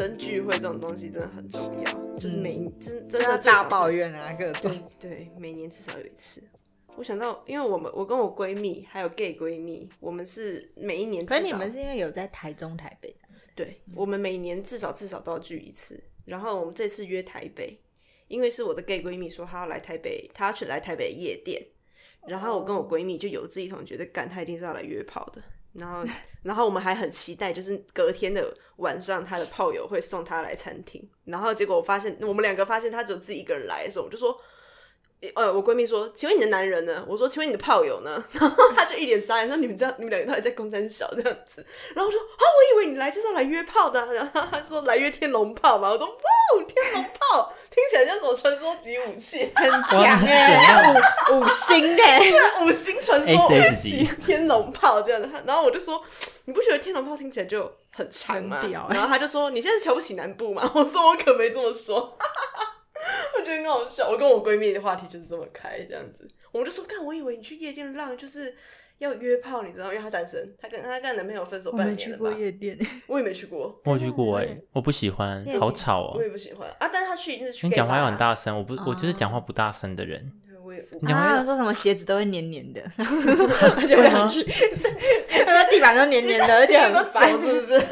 这种东西真的很重要，就是每真真不要的大抱抱怨。怨啊，各种。对，每年至少有一次。我想到，因为我们我跟我闺蜜还有 gay 闺蜜，我们是每一年至可少，是你们是因为有在台中、台北的，对，我们每年至少至少都要聚一次。然后我们这次约台北，因为是我的 gay 闺蜜说她要来台北，她要去来台北夜店。然后我跟我闺蜜就有志一同，觉得干她一定是要来约炮的。然后，然后我们还很期待，就是隔天的晚上，她的炮友会送她来餐厅。然后结果我发现，我们两个发现她只有自己一个人来的时候，我就说。呃，我闺蜜说：“请问你的男人呢？”我说：“请问你的炮友呢？”然后她就一脸傻眼说：“你们这样，你们两个到底在公山小这样子？”然后我说：“啊，我以为你来就是要来约炮的啊、然后她说：“来约天龙炮嘛。”我说：“哇哦，天龙炮听起来像什么传说级武器。”很哇强 你哎、怎样五星哎、五星传说 SS 武器级天龙炮这样的，然后我就说，你不觉得天龙炮听起来就很长吗很屌？欸然后他就说，你现在瞧不起南部吗？我说我可没这么说， 我觉得很好笑。我跟我闺蜜的话题就是这么开，这样子，我们就说，干，我以为你去夜店浪就是要约炮，你知道，因为她单身，她跟她跟男朋友分手我半没年 去了过吧？夜店，我也没去过，我有去过哎、我不喜欢你也，好去吵哦、我也不喜欢啊。但是她去一定是去你 gay 讲话要吧很，大声，我不，我就是哦讲话不大声的人。 对我也我你讲话啊，要说什么鞋子都会黏黏的，我就不想去。 他说地板都黏黏的，而且 很都烦久，是不是？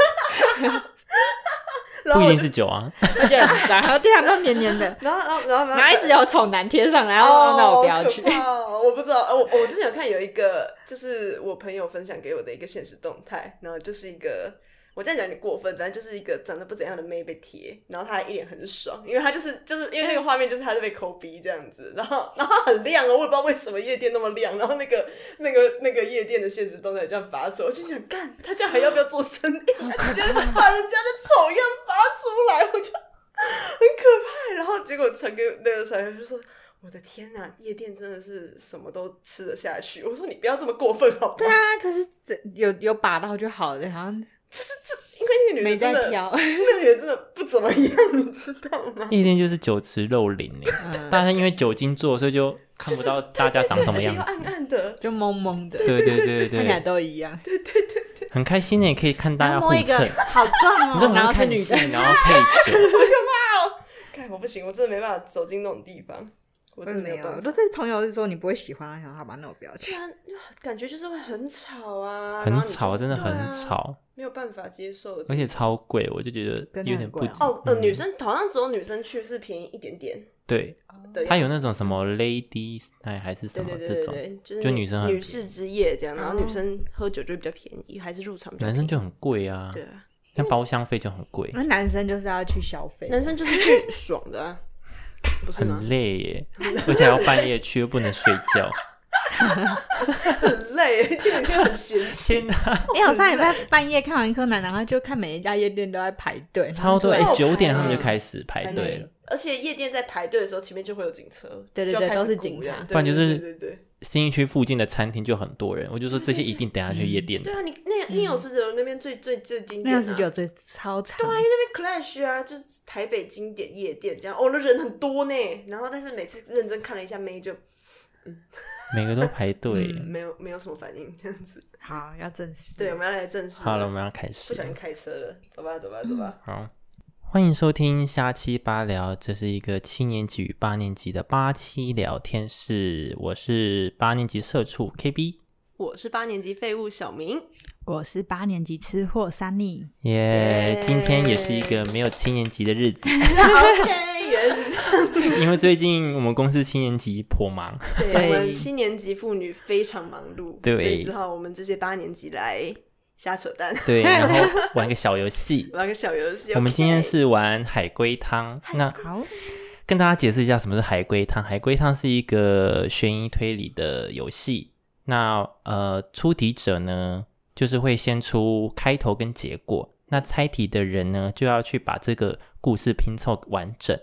然不后我一定就是酒啊，而且很脏，然后地板都黏黏的，然后，然后，然后，然后一直有丑男贴上来，然哦，后那我不要去好可。怕哦我不知道，呃我我之前有看有一个，就是我朋友分享给我的一个现实动态，然后就是一个。我这样讲有点过分，反正就是一个长得不怎样的妹被贴，然后她还一脸很爽，因为她就是就是因为那个画面就是她是被抠逼这样子，然后然后很亮哦，我也不知道为什么夜店那么亮，然后那个那个那个夜店的现实动态这样发出，我心想干，她这样还要不要做生意？ 她直接把人家的丑样发出来，我就很可怕。然后结果传给那个小友就说：“我的天呐，夜店真的是什么都吃得下去。”我说：“你不要这么过分好不 对好？啊，可是这有有把到就好了，好像就是就因为那个女没的真在的，挑。 那个女的真的不怎么样，你知道吗？夜店就是酒池肉林欸嗯 大家因为酒精做，所以就看就不是到大家长什 么对对对而且样又。暗暗的，就懵懵的，对对对看起来对，都一样。很开心呢，可以看大家然后互摸一个蹭。好壮你这哦，么然后会是看女戏的，，然后配酒，看我不行，我真的没办法走进那种地方，我我真真的的没没有有，办我法。都对朋友是说你不会喜欢，我想好吧，那我不要对去。啊，感觉就是会很吵啊，然后很你就吵，真的对啊很吵，没有办法接受的。而且超贵，我就觉得真的很有点不贵值哦，呃，嗯女生好像只有女生去是便宜一点点对，的样子，它有那种什么 lady night 还是什对么对对这对种，对，就是就女女生很女便宜士之夜这样，然后哦女生喝酒就比较便宜，还是入场比较男生便宜就很贵啊，对啊，那包厢费就很贵， 那男生就是要去消费，男生就是 去爽的啊，不是吗很？累耶，而且还要半夜去又不能睡觉。。很累，一天天很闲 天哪，因为我上礼拜半夜看完柯南，然后就看每一家夜店都在排队，超多然后啊哎，就哦九点他们嗯就开始排队了。而且夜店在排队的时候，前面就会有警车，对对就要对开都始是鼓警这样察对不然对就是对对对新一区附近的餐厅就很多人，我就说这些一定等下去夜店对。啊！你那嗯那有十九那边最最最经那典啊，六十九最超长，那边 Clash 啊，就是台北经典夜店这样，哦，那人很多呢。然后但是每次认真看了一下妹，就每个都排队。嗯没有没有什么反应这样子。好，要正式。对，我们要来正式好了，我们要开不始小心了。开车了，走吧，走吧，走吧。好，欢迎收听下期八聊，这是一个七年级与八年级的八七聊天室，我是八年级社畜 KB，我是八年级废物小明，我是八年级吃货三妮，耶、耶今天也是一个没有七年级的日子， 是 OK，原来是这样。因为最近我们公司七年级颇忙，对，对我们七年级妇女非常忙碌，对所以只好我们这些八年级来瞎扯淡，。对，然后玩个小游戏玩个小游戏。我们今天 OK 是玩海龟汤，那 好，跟大家解释一下什么是海龟汤。海龟汤是一个悬疑推理的游戏。那呃，出题者呢，就是会先出开头跟结果。那猜题的人呢，就要去把这个故事拼凑完整。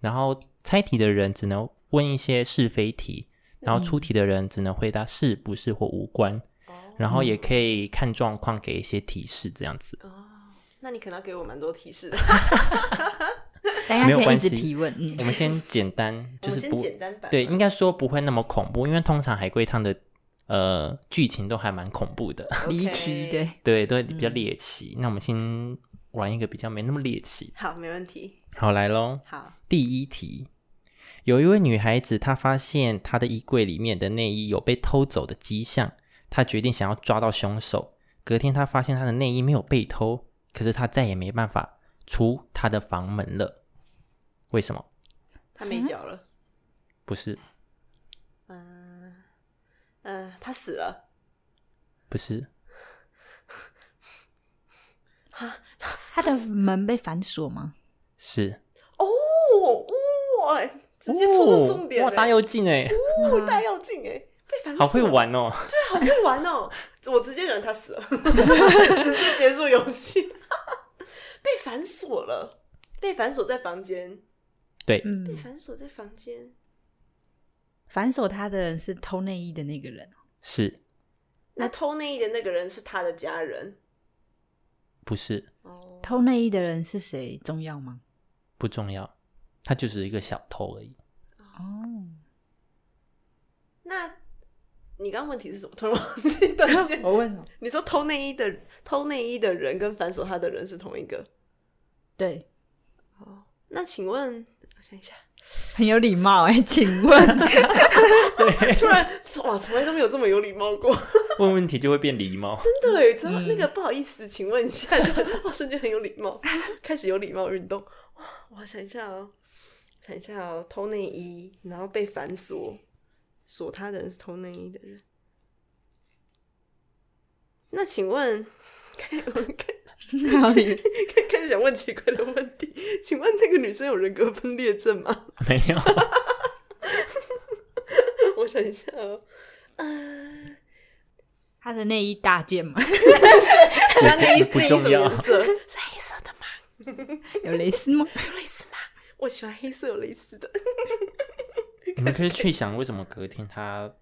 然后猜题的人只能问一些是非题，然后出题的人只能回答是不是或无关。哦然后也可以看状况给一些提示，这样子。嗯哦，那你可能要给我蛮多提示 的，大家没有先一关直系提问，嗯 我，们先简单，就我们是先不简单版。对，，应该说不会那么恐怖，因为通常海龟汤的呃剧情都还蛮恐怖的， 离奇，对，嗯对，都比较猎奇。那我们先玩一个比较没那么猎奇。好，没问题。好，来喽。好，第一题，有一位女孩子，她发现她的衣柜里面的内衣有被偷走的迹象，她决定想要抓到凶手。隔天，她发现她的内衣没有被偷，可是她再也没办法出她的房门了。为什么？他嗯没脚了。不是，嗯嗯，他死了。不是，他的门被反锁吗？是哦哇，直接戳中重点欸哦了。哇，大妖精哎，哦大妖精哎，被反好会锁了玩哦。好会玩哦！ 我直接忍他死了， 直接结束游戏， 被反锁了，被反锁在房间，对，被嗯，反锁在房间，反锁他的人是偷内衣的那个人，是那偷内衣的那个人是他的家人不是哦，偷内衣的人是谁重要吗？不重要，她就是一个小偷而已。 哦，那你刚刚问题是什么？突然忘记断线。 我问了，哦你说偷内衣的偷内衣的人跟反锁他的人是同一个？对，那请问，我想一下，很有礼貌哎、请 问突然哇，从来都没有这么有礼貌过。问问题就会变礼貌。真的哎，怎嗯么、那个不好意思，请问一下，就哇，瞬间很有礼 貌，开始有礼貌运动。哇，我想一下哦，想一下哦，偷内衣，然后被反锁，锁他的人是偷内衣的人。那请问，开我们开哪里？开 开始想问奇怪的问题，请问那个女生有人格分裂症吗？ 没 有，我想一下哦，嗯、他的内衣大件吗？ 呃，她内衣不内衣重什么要颜色？是黑色的吗？有蕾丝吗？ 有蕾丝吗？我喜欢黑色有蕾丝的。你们可以去想为什么隔天他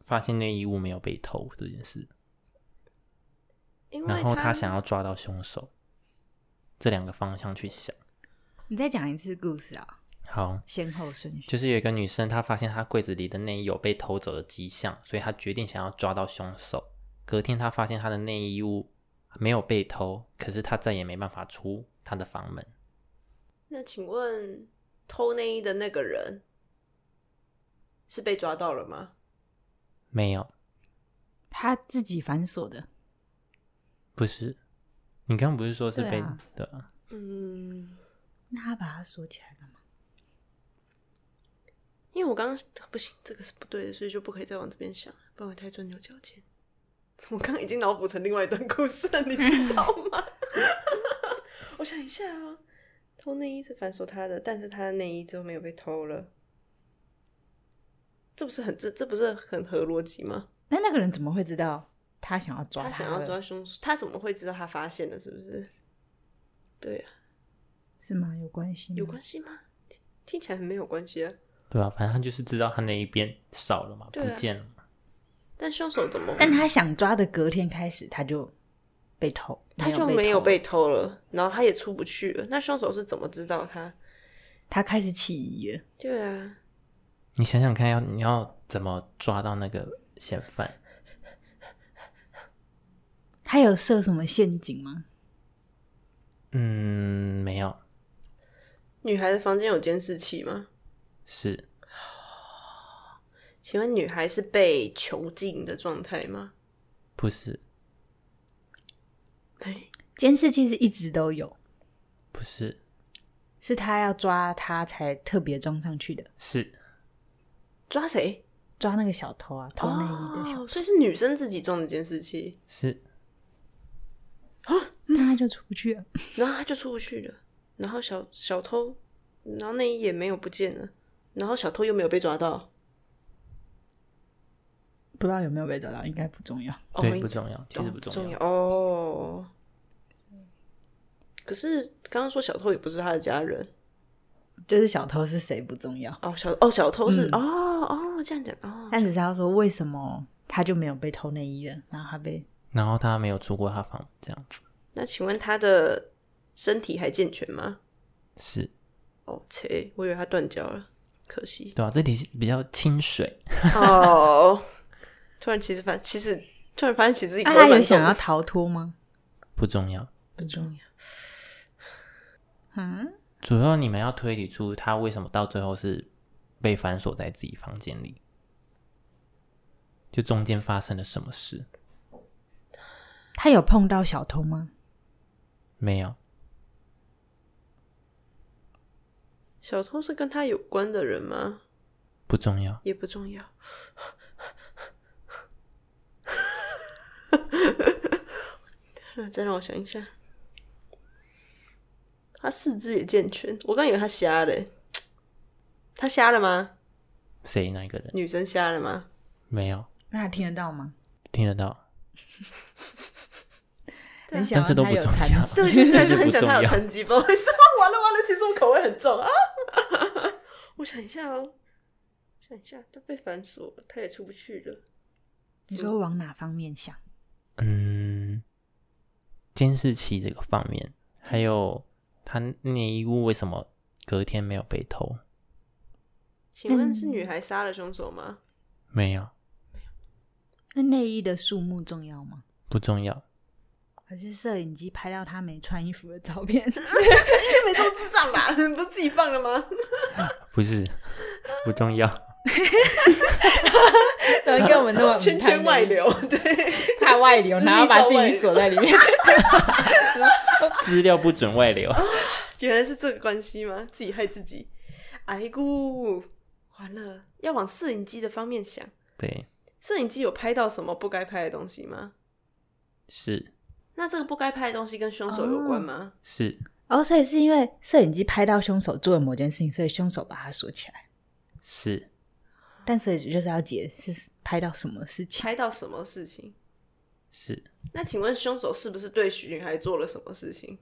发现内衣物没有被偷这件事，因为然后他想要抓到凶手，这两个方向去想。你再讲一次故事啊，好，先后顺序。就是有一个女生，她发现她柜子里的内衣有被偷走的迹象，所以她决定想要抓到凶手。隔天，她发现她的内衣物没有被偷，可是她再也没办法出她的房门。那请问偷内衣的那个人是被抓到了吗？没有，他自己反锁的，不是，你刚刚不是说是被对啊的、嗯，那他把它锁起来干嘛？因为我刚刚不行，这个是不对的，所以就不可以再往这边想，不然我太钻牛角尖。我刚刚已经脑补成另外一段故事了，你知道吗？ 我想一下啊、偷内衣是反锁他的，但是他的内衣之后没有被偷了，这不是很这这不是很合逻辑吗？那那个人怎么会知道他想要抓他想的要抓凶手，他怎么会知道他发现了？是不是？对啊，是吗？有关系？有关？系吗？听听起来很没有关系啊。对啊，反正她就是知道她那一边少了嘛，对啊不见了嘛。但凶手怎么？但他想抓的隔天开始，他就被偷，他就没没有偷被，偷了，然后他也出不去了。那凶手是怎么知道他？他开始起疑了。对啊，你想想看要，你要怎么抓到那个嫌犯？他有设什么陷阱吗？嗯，没有，女孩的房间有监视器吗？是请问女孩是被囚禁的状态吗？不是监视器是一直都有，不是是他要抓他才特别装上去的，是抓谁？抓那个小偷啊，偷内衣的小偷，哦，所以是女生自己装的监视器，是那他就出不去了。然后他就出不去了。然后小小偷，然后内衣也没有不见了，然后小偷又没有被抓到。不知道有没有被抓到，应该不重要。哦对，不重要，其实不重重要。哦。可是刚刚说小偷也不是他的家人就是小偷是谁不重要，哦，小哦小偷是、嗯哦哦这样讲哦，但只是他说为什么他就没有被偷内衣了，然后他被然后他没有出过他房，这样子那请问他的身体还健全吗？是哦切，我以为他断交了，可惜对啊，这题是比较清水，哦。突然其实发，其实突然发现其实自己啊，口味他蛮有重想的要逃脱吗？不重要，不不重要。嗯，主要你们要推理出他为什么到最后是被反锁在自己房间里，就中间发生了什么事？他有碰到小偷吗？没有，小偷是跟他有关的人吗？不重要。也不重要。 再让我想一下，他四肢也健全，我刚以为他瞎了欸，他瞎了吗？谁那一个人？女生瞎了吗？没有，那他听得到吗？听得到。很想让但这都他不有重残要 疾。啊对 对对，就很想他有这不重要成绩，不好意思， 完了完了，其实我口味很重啊。 我想一下哦，我想一下，他被反锁了，他也出不去了。你说往哪方面想？嗯，监视器这个方面，还有他内衣物为什么隔天没有被偷？请问是女孩杀了凶手 吗？没有，那内衣的数目重要吗？不重要。还是摄影机拍到他没穿衣服的照片？ 没这么智障吧？ 你不是自己放的吗？不是， 不重要。怎么跟我们 那么圈圈外流，对， 怕外流，私密然后把照自外己流锁在 里面。资料不准外流。原来是这个关系吗？自己害自己，哎姑，完了，要往摄影机的方面想。对，摄影机有拍到什么不该拍的东西吗？是那这个不该拍的东西跟凶手有关吗？是，哦，所以是因为摄影机拍到凶手做了某件事情，所以凶手把他锁起来。是但所以就是要解释拍到什么事情。拍到什么事情？是，那请问凶手是不是对女孩做了什么事情？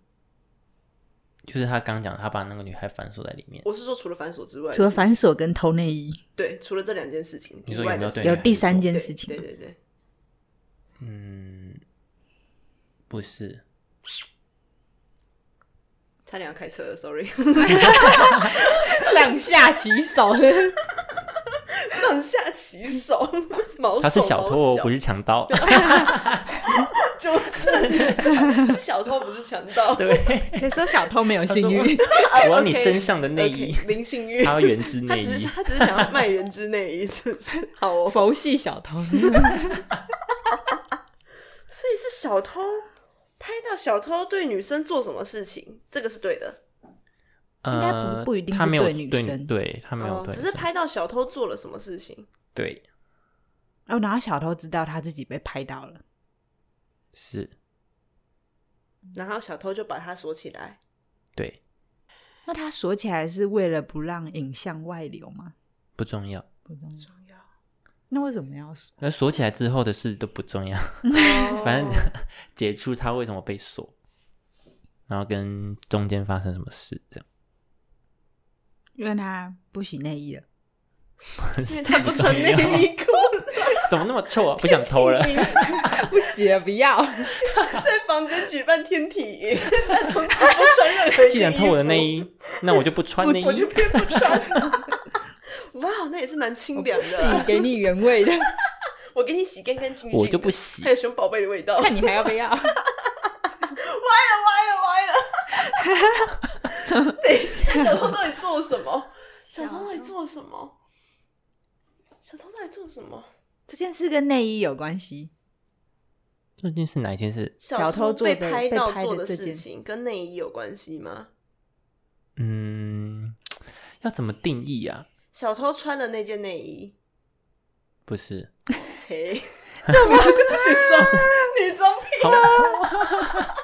就是他刚讲，他把那个女孩反锁在里面。我是说，除了反锁之外，除了反锁跟偷内衣，对，除了这两件事情你以说外有没的有事对情有女孩第三做件事情对吗，对对，嗯，不是，差点要开车了，sorry。 上下其手。上下其 手，毛手他是小偷，毛哦，脚不是强盗。纠正， 是小偷不是强盗。对， 谁说小偷没有 性欲？ 我 要你身上的内衣 OK，，林性欲，他要原汁 他内只是衣。他只是想要卖人之内衣，是不 是？好哦，佛系小偷。所以是小偷拍到小偷对女生做什么事情，这个是对的。应该不呃，不一定他是没有对女对生对他没有哦，对女只生，是拍到小偷做了什么事情。对哦，然后小偷知道他自己被拍到了，是，然后小偷就把他锁起来，对那他锁起来是为了不让影像外流吗？不重要。不重要。重要。那为什么要锁？那锁起来之后的事都不重要， 反哦正 解除他为什么被锁，然后跟中间发生什么事这样。因为他不洗内衣了。因 为他不穿内衣裤，怎么那么臭啊？不想偷了。不洗了，不要。 在房间举办天体营， 再从此不穿任何一件 既然偷我的内衣衣，那我就不穿内衣服，我。就偏不 穿。哇，那也是蛮清凉洗的啊。给你原味的，我给你洗干干净净的，我就不洗还有熊宝贝的味 道。 看你还要不要？歪了歪了歪了！ 等一下，小偷到底做什么？小偷到底做什么？小偷到底做什么？这件事跟内衣有关系，究竟是哪一件事？小小偷偷做被的拍到被拍的做的这事件情跟内衣有关系吗？嗯，要怎么定义啊？小偷穿了那件内衣，不是，切， 什么女装女装癖好啊！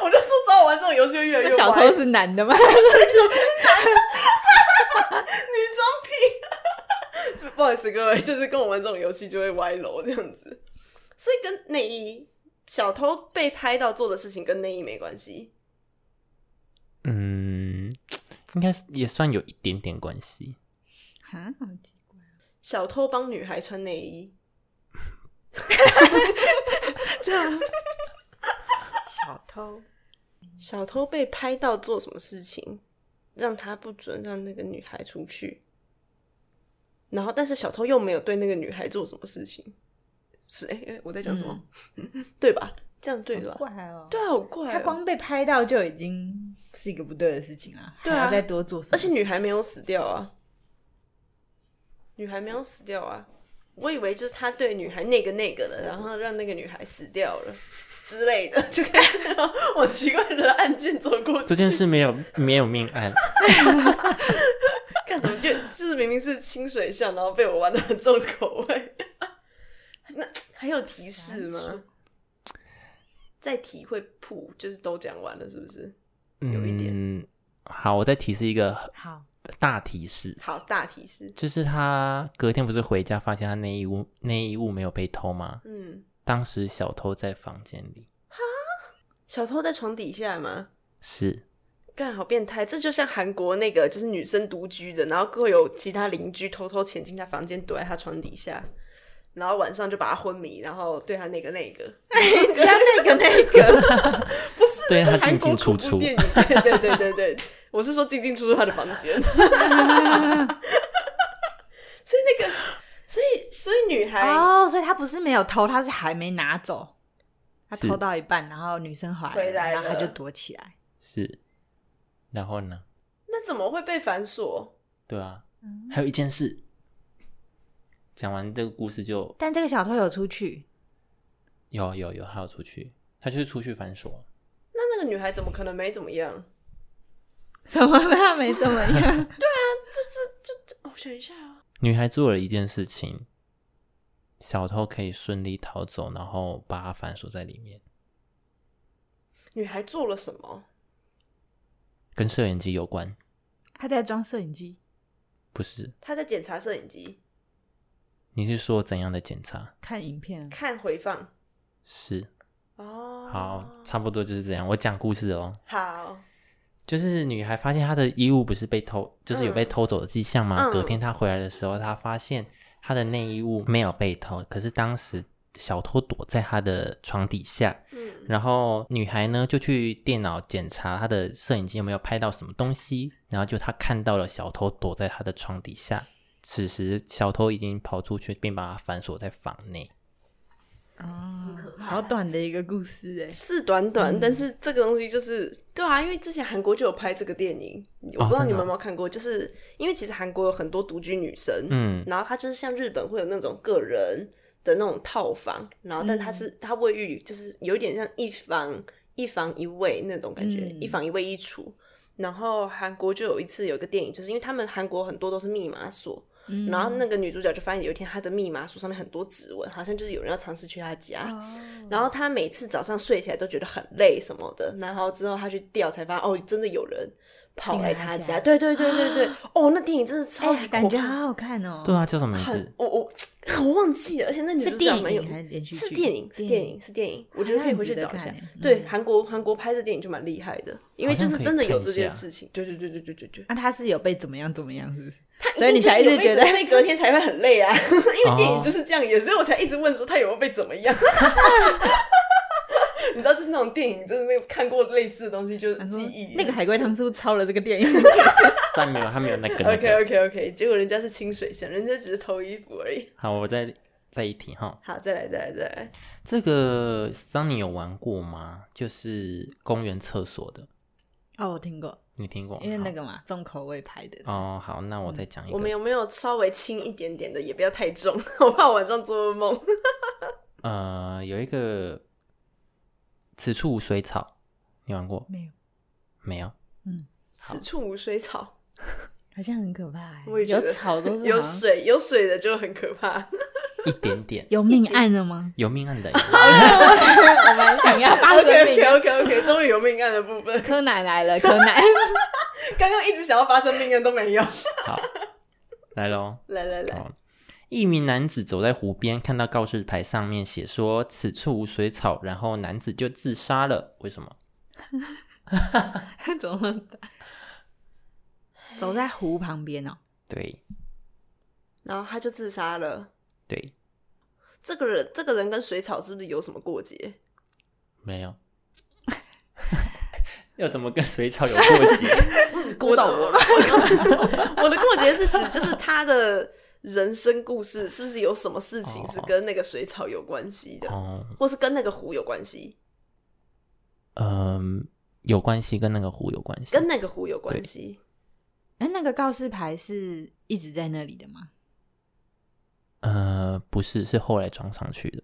我就说，找我玩这种游戏会越来越那歪小偷是男 的吗？女装 癖。不好意思，各位，就是跟我玩这种游戏就会歪楼这样子。所以跟内衣小偷被拍到做的事情跟内衣没关系。嗯，应该是也算有一点点关系，啊，好奇怪，小偷帮女孩穿内衣，这样小偷小偷被拍到做什么事情，让他不准让那个女孩出去。然后，但是小偷 又没有对那个女孩做什么事情，是哎、诶我在讲什么？对吧？这样对吧？怪哦，对啊，好怪哦、他光被拍到就已经是一个不对的事情啦，对啊还要再多做什么？而且女孩，没有死掉啊，女孩没有死掉啊。我以为就是他对女孩那个那个的，然后让那个女孩死掉了之类的， 就开始我奇怪的案件走过去。这件事没有没有命案，看怎么就就是明明是清水巷，然后被我玩的很重口味。 那还有提示吗？再提会吐，就是都讲完了，是不是？ 有一点嗯，好，我再提示一个 好，大提示，好，大提示。就是他隔天不是回家发现他内衣物内衣物没有被偷吗？嗯，当时小偷在房间里，小偷在床底下吗？是干好变态！这就像韩国那个，就是女生独居的，然后会有其他邻居偷偷潜进她房间，躲在她床底下，然后晚上就把她昏迷，然后对她那个那个，你只要那个那个，不是，对这是她韩进国恐进出怖出电影，对对对对对，我是说进进出出她的房间，所以那个，所以所以女孩、 哦，所以他不是没有偷，他是还没拿走，他是偷到一半，然后女生回来回来然后他了就躲起来。是，然后呢？那怎么会被反锁？对啊，还有一件事，讲完这个故事就但这个小偷有出去，有有有，他要出去，他就是出去反锁，那那个女孩怎么可能没怎么样？什么他没怎么 样，这这这，我想一下啊，女孩做了一件事情，小偷可以顺利逃走，然后把她反锁在里面，女孩做了什么？跟摄影机有关，他在装摄影机，不是？她在检查摄影机，你是说怎样的检查？看影片，看回放。是，哦，好，差不多就是这样。我讲故事哦，好，就是女孩发现她的衣物不是被偷，就是有被嗯偷走的迹象嘛。嗯隔天她回来的时候，她发现她的内衣物没有被偷，可是当时小偷躲在她的床底下。嗯，然后女孩呢就去电脑检查她的摄影机有没有拍到什么东西，然后就她看到了小偷躲在她的床底下。此时小偷已经跑出去，并把她反锁在房内。哦，好短的一个故事哎，是短短，但是这个东西就是对啊，因为之前韩国就有拍这个电影，哦我啊不知道你们有没有看过，就是因为其实韩国有很多独居女生，嗯，然后她就是像日本会有那种个人的那种套房，然后但它是、它卫浴就是有一点像一房一房一卫那种感觉，嗯一房一卫一厨。然后韩国就有一次有一个电影，就是因为他们韩国很多都是密码锁，嗯然后那个女主角就发现有一天她的密码锁上面很多指纹，好像就是有人要尝试去她家。哦然后她每次早上睡起来都觉得很累什么的，然后之后她去调才发现哦，真的有人跑来她进来她家对对对对对，哦，那电影真的超级哎感恐怖觉好好看哦，对啊，叫什么名很字？我我我忘记了，而且那女是主角电蛮有影还是连续剧？是电影是电影是电影，我觉得可以回去找一啊下很值得看欸。对，韩国韩国拍的电影就蛮厉害的，因为就是好像可以真的有看一这件下事情。对对对对对对对。那、啊他是有被怎么样怎么样，是不是？他所以你才一直觉得就是有被整所以隔天才会很累啊， 因为电影哦就是这样演，所以我才一直问说他有没有被怎么样。 你知道，就是那种电影，就是那个看过类似的东西，就是想说记忆。那个海龟汤是不是抄了这个电影？但没有，他没有那 个、那 OK 个。 OK OK，结果人家是清水巷，人家只是偷衣服而已。好，我再再一题哈。好，再来再来再来，这个桑尼有玩过吗？就是公园厕所的， 哦，我听过，你听过吗？因为那个嗯嘛，重口味拍的。哦，好，那我再讲一我们个。有没有稍微轻一点点的，也不要太重， 我怕我晚上做噩梦。呃，有一个此处无水草，你玩过没有，没有？此处无水草，好像很可怕、欸。我也觉有得草都是有好像水有水的就很可怕。一点点，？有命案了吗 有命案的，我们想要发 OK 生啊命 OK 案。 OK OK，终于有命案的部分，柯南来了，柯南。刚刚一直想要发生命案都没有。好，来喽。来来来，好，一名男子走在湖边，看到告示牌上面写说“此处无水草”，然后男子就自杀了。为什么？ 怎么打？走在湖旁边哦，对然后他就自杀了。对，这个人，这个人跟水草是不是有什么过节？没有。 要怎么跟水草有过 节？勾到我了！我的过节是指就是他的人生故事，是不是有什么事情是跟那个水草有关系的，哦，或是跟那个湖有关系？嗯、有关系，跟那个湖有关系。跟那个湖有关系。哎，那个告示牌是一直在那里的吗？呃，不是，是后来装上去的。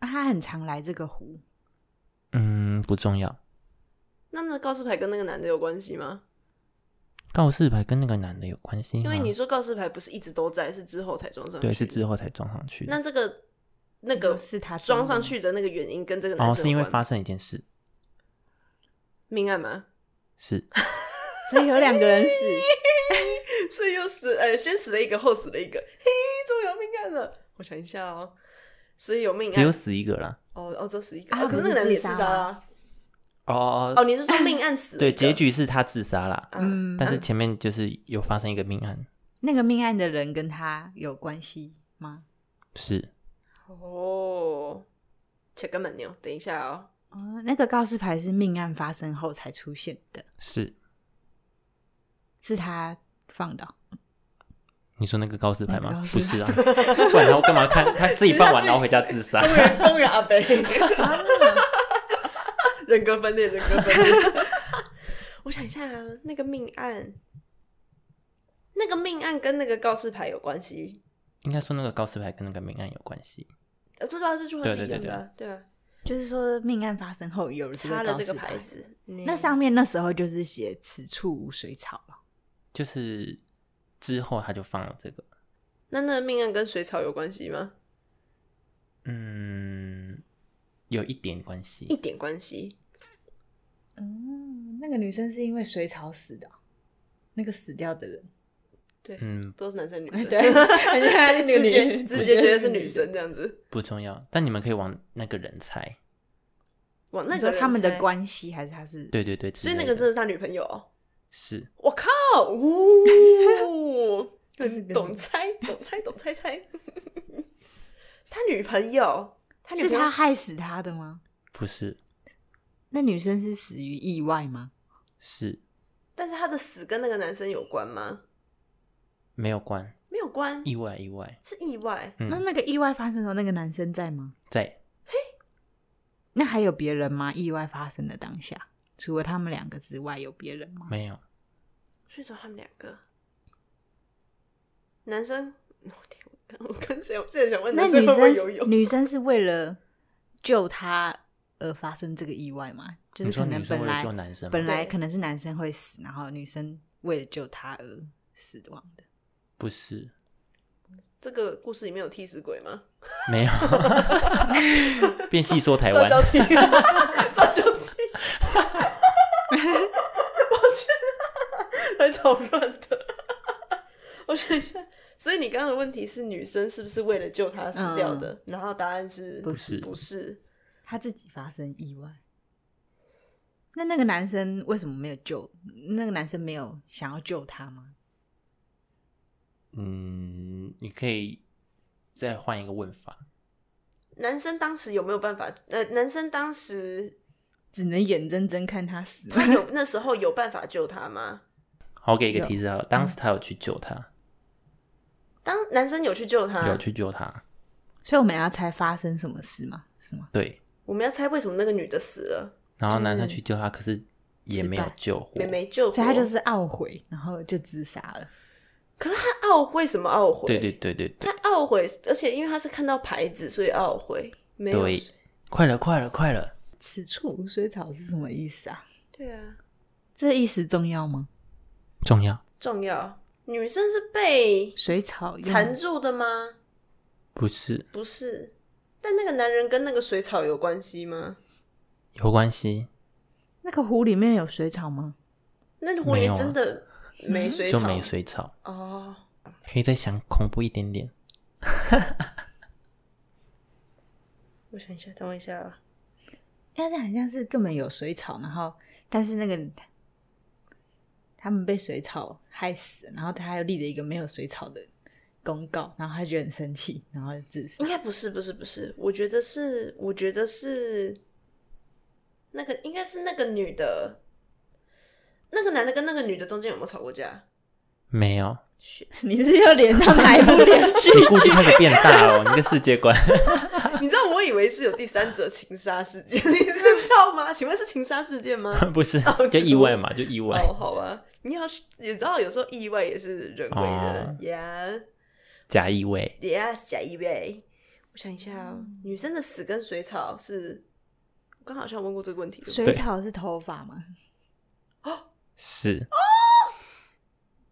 啊，他很常来这个湖，嗯，不重要。那那告示牌跟那个男的有关系吗？告示牌跟那个男的有关系吗？因为你说告示牌不是一直都在，是之后才装上去。嗯对是之后才装上去的。嗯那这个那个是他装的吗上去的那个原因跟这个男哦，生是因为有关吗发生一件事，命案吗？ 是所以有两个 人死， 所以又死，呃，先死了一个，后死了一个，嘿，终于有命案了。我想一下哦，所以有命只有案，死一个啦。哦哦，只有死一个，啊哦可是那个男的也自不是自杀杀啊。哦哦，你是说命案死了一对，个结？局是他自杀啦，嗯，但是前面就是有发生一个命案，那个命案的人跟他有关系吗？是哦，切根本牛，等一下 哦，哦，那个告示牌是命案发生后才出现的，是。是他放的哦、 你说那个告示牌那吗个告？示不是啊，不然他干嘛看？他自己放完然后回家自杀？公园公园阿北，人格分裂，人格分裂。 我想一下啊，那个命案，那个命案跟那个告示牌有关系，应该说那个告示牌跟那个命案有关系。呃，不知道这句话是对一对样对的啊，对啊，就是说命案发生后有人插了这个牌牌，子，那上面那时候就是写“此处无水草”了。就是之后他就放了这个，那那个命案跟水草有关系吗？嗯，有一点关系一。点关系。嗯，那个女生是因为水草死的哦、那个死掉的人，对，嗯，不都是男生女生， 对，而且 她是那个直女觉，直觉觉得是女生这样子。不重要，但你们可以往那个人猜。哇，那那个个人他们的才，关系还是他是对对对，所以之那类个人真的的是他女朋友哦。是我靠，呜， 就是跟懂猜，懂猜，懂猜猜。是他女朋友，他女是朋友他害死他的吗？不是那女生是死于意外吗？是但是他的死跟那个男生有关吗？没有关没有关，意外意外，是意外。那嗯，那个意外发生的时候，那个男生在吗？在那还有别人吗？意外发生的当下，除了他们两个之外，有别人吗？没有所以说他们两个男生， 我天，我跟谁？我现在想问那男生女会不会生游是泳？女生是为了救他而发生这个意外吗？就你是说可能女生本为了来救男生吗本来对可能是男生会死，然后女生为了救他而死亡的。不是这个故事里面有替死鬼吗？没有， 变戏说台抓湾交 替，抓交替。抱歉，来捣乱的。我想一下，所以你刚刚的问题是女生是不是为了救他死掉嗯的？然后答案是不是不是。他自己发生意外。那那个男生为什么没有救？那个男生没有想要救他吗？嗯，你可以再换一个问法，男生当时有没有办法？呃，男生当时只能眼睁睁看他死吗？ 他有那时候有办法救他吗？好，我给一个有嗯提示啊，当时他有去救他，当男生有去救啊他，有去救他，所以我们要猜发生什么事吗？是吗？对，我们要猜为什么那个女的死了，然后就是男生去救他，可是也失没有败救活没，没救活，所以他就是懊悔，然后就自杀了。可是他懊悔什么懊悔？对对对对对他，懊悔，而且因为他是看到牌子，所以懊悔。没有对快了快了快了，此处无水草是什么意思啊？对啊，这意思重要吗？重要重要。女生是被水草用缠住的吗？不是不是。但那个男人跟那个水草有关系吗？有关系那个湖里面有水草吗？那湖没里面有啊真的没水就草，没水草，哦。可以再想恐怖一点点，我想一下，等我一下啊。因为它好像是根本有水草，然后但是那个他们被水草害死，然后他又立了一个没有水草的公告，然后他就很生气，然后就自杀 应。该不是，不是，不是。我觉得是，我觉得是那个应该是那个女的，那个男的跟那个女的中间有没有吵过架？没有，你是要连到哪一部连续？你故事开始变大了哦，你的世界观你知道我以为是有第三者情杀事件，你知道吗？ 请问是情杀事件吗？不是哦就意外嘛，就意外。哦，好吧，你要是也知道，有时候意外也是人为的哦，yeah 假意味， yeah，下一位，我想一下哦，女生的死跟水草是，我刚好像问过这个问题，水草是头发吗？是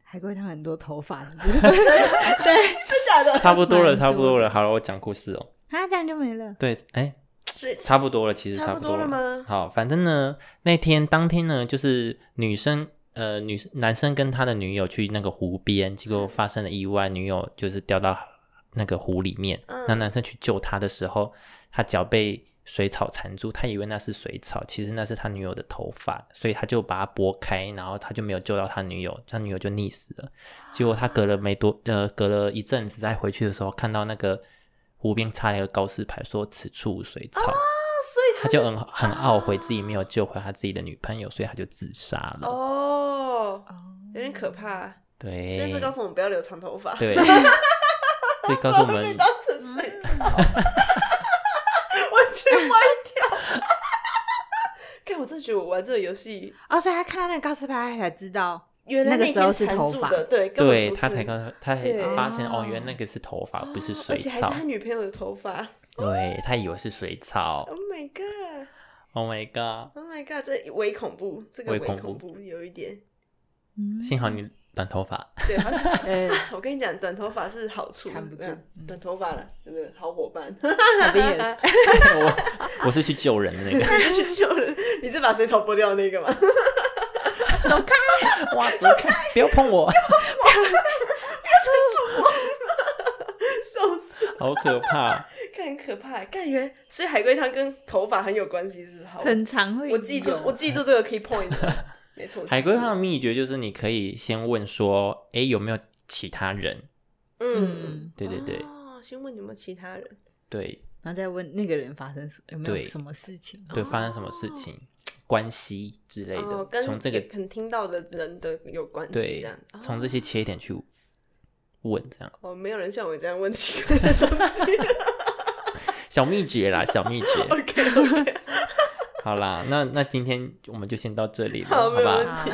海龟汤很多头发的真假的？差不多了，蛮多差不多了。的好了，我讲故事哦。 啊，这样就没了。对，哎、水差不多了，其实差不不多多了吗好，反正呢，那天当天呢，就是女生呃女男生跟他的女友去那个湖边，嗯结果发生了意外，女友就是掉到那个湖里面。嗯那男生去救她的时候，他脚被水草缠住，他以为那是水草，其实那是他女友的头发，所以他就把它拨开，然后他就没有救到他女友，他女友就溺死了。结果他隔了没多呃，隔了一阵子再回去的时候，看到那个湖边插了一个告示牌，说此处无水草。所以他就很很懊悔自己没有救回他自己的女朋友，所以他就自杀了。哦，有点可怕。对，真是告诉我们不要留长头发， 对，这告诉我们被当成 水草，嗯我去歪掉。 看，我真的觉得我玩这个游戏，哦，所以他看到那个告示牌他才知道，原来那个天时候是缠头住发的，对，根本对不是他才刚他才对啊发现哦哦，原来那个是头发，不是而水且还是草他。女朋友的头发。对他以为是水草。 Oh my god! Oh my god！ Oh my god! 这微恐怖，这个微微恐恐怖怖有一点。嗯幸 好你短头发， 对，好像呃， 我跟你讲，短头发是好处，缠不住嗯短头发了，是不是好伙伴？ 小兵也是我我是去救人的那个。你是去救人，你是把水草剥掉的那个吗？ 哇，走开，不要碰我，笑死，好可怕！看很可怕。干原，所以海龟汤跟头发很有关系，是不是好。 很常会有。我记住，我记住这个 key point 了。 没错，我记海龟住汤的秘诀就是你可以先问说，哎，有没有其他人？嗯，嗯，对对对哦，先问有没有其他人？对然后再问那个人发生什有没有对什么事情？对，发生什么事情、关系之类哦，的，跟从这也个可能听到的人的有关系，对这样。哦，从这些切点去问，这样哦，没有人像我这样问奇怪的东西。 小秘诀啦，小秘诀。 OK OK，好啦，那那今天我们就先到这里了，好好没有问吧？啊，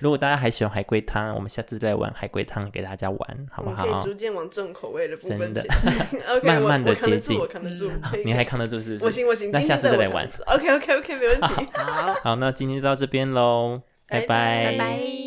如果大家还喜欢海龟汤，我们下次再玩海龟汤给大家玩， 好我不们可以好逐？渐往重口味的部分真的前 进。OK， 慢我慢地我扛得接近住，我扛得住。可以你还？扛得住是不是？我行我行，那今下天次在再我来扛玩得。住 OK OK OK，没问题。好，好，那今天就到这边喽，拜拜拜拜。